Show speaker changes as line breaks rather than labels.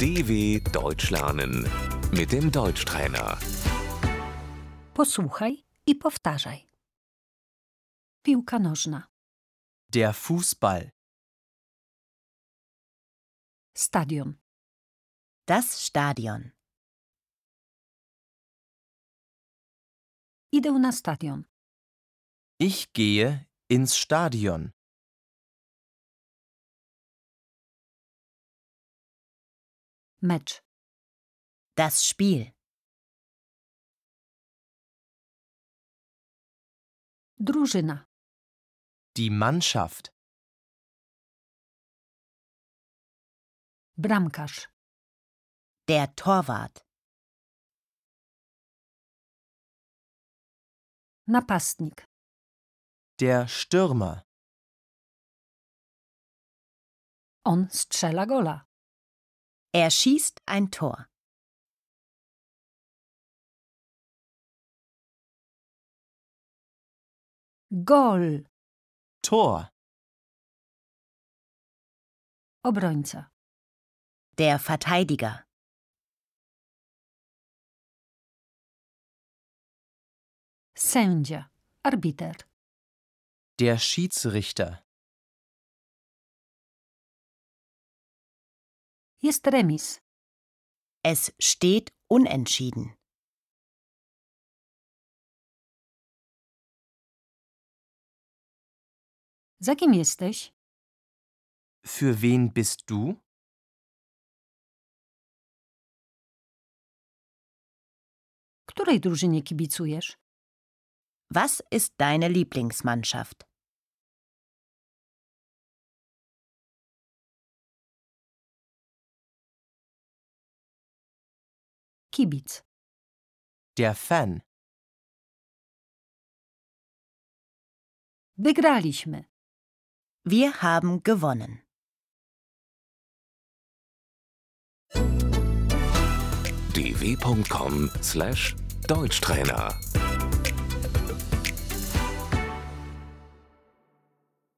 DW Deutsch lernen mit dem Deutschtrainer.
Posłuchaj i powtarzaj. Piłka nożna,
Der Fußball,
stadion,
Das Stadion.
idę na stadion,
ich gehe ins Stadion,
mecz,
Das Spiel.
drużyna,
die Mannschaft,
bramkarz,
Der Torwart.
napastnik,
der Stürmer,
on strzela gola,
Er schießt ein Tor.
gol,
Tor,
obrońca,
Der Verteidiger.
sędzia, arbiter,
der Schiedsrichter,
jest remis,
Es steht unentschieden.
za kim jesteś,
für wen bist du?
której drużynie kibicujesz,
Was ist deine Lieblingsmannschaft?
kibic,
Der Fan,
wygraliśmy,
Wir haben gewonnen.
dw.com/deutschtrainer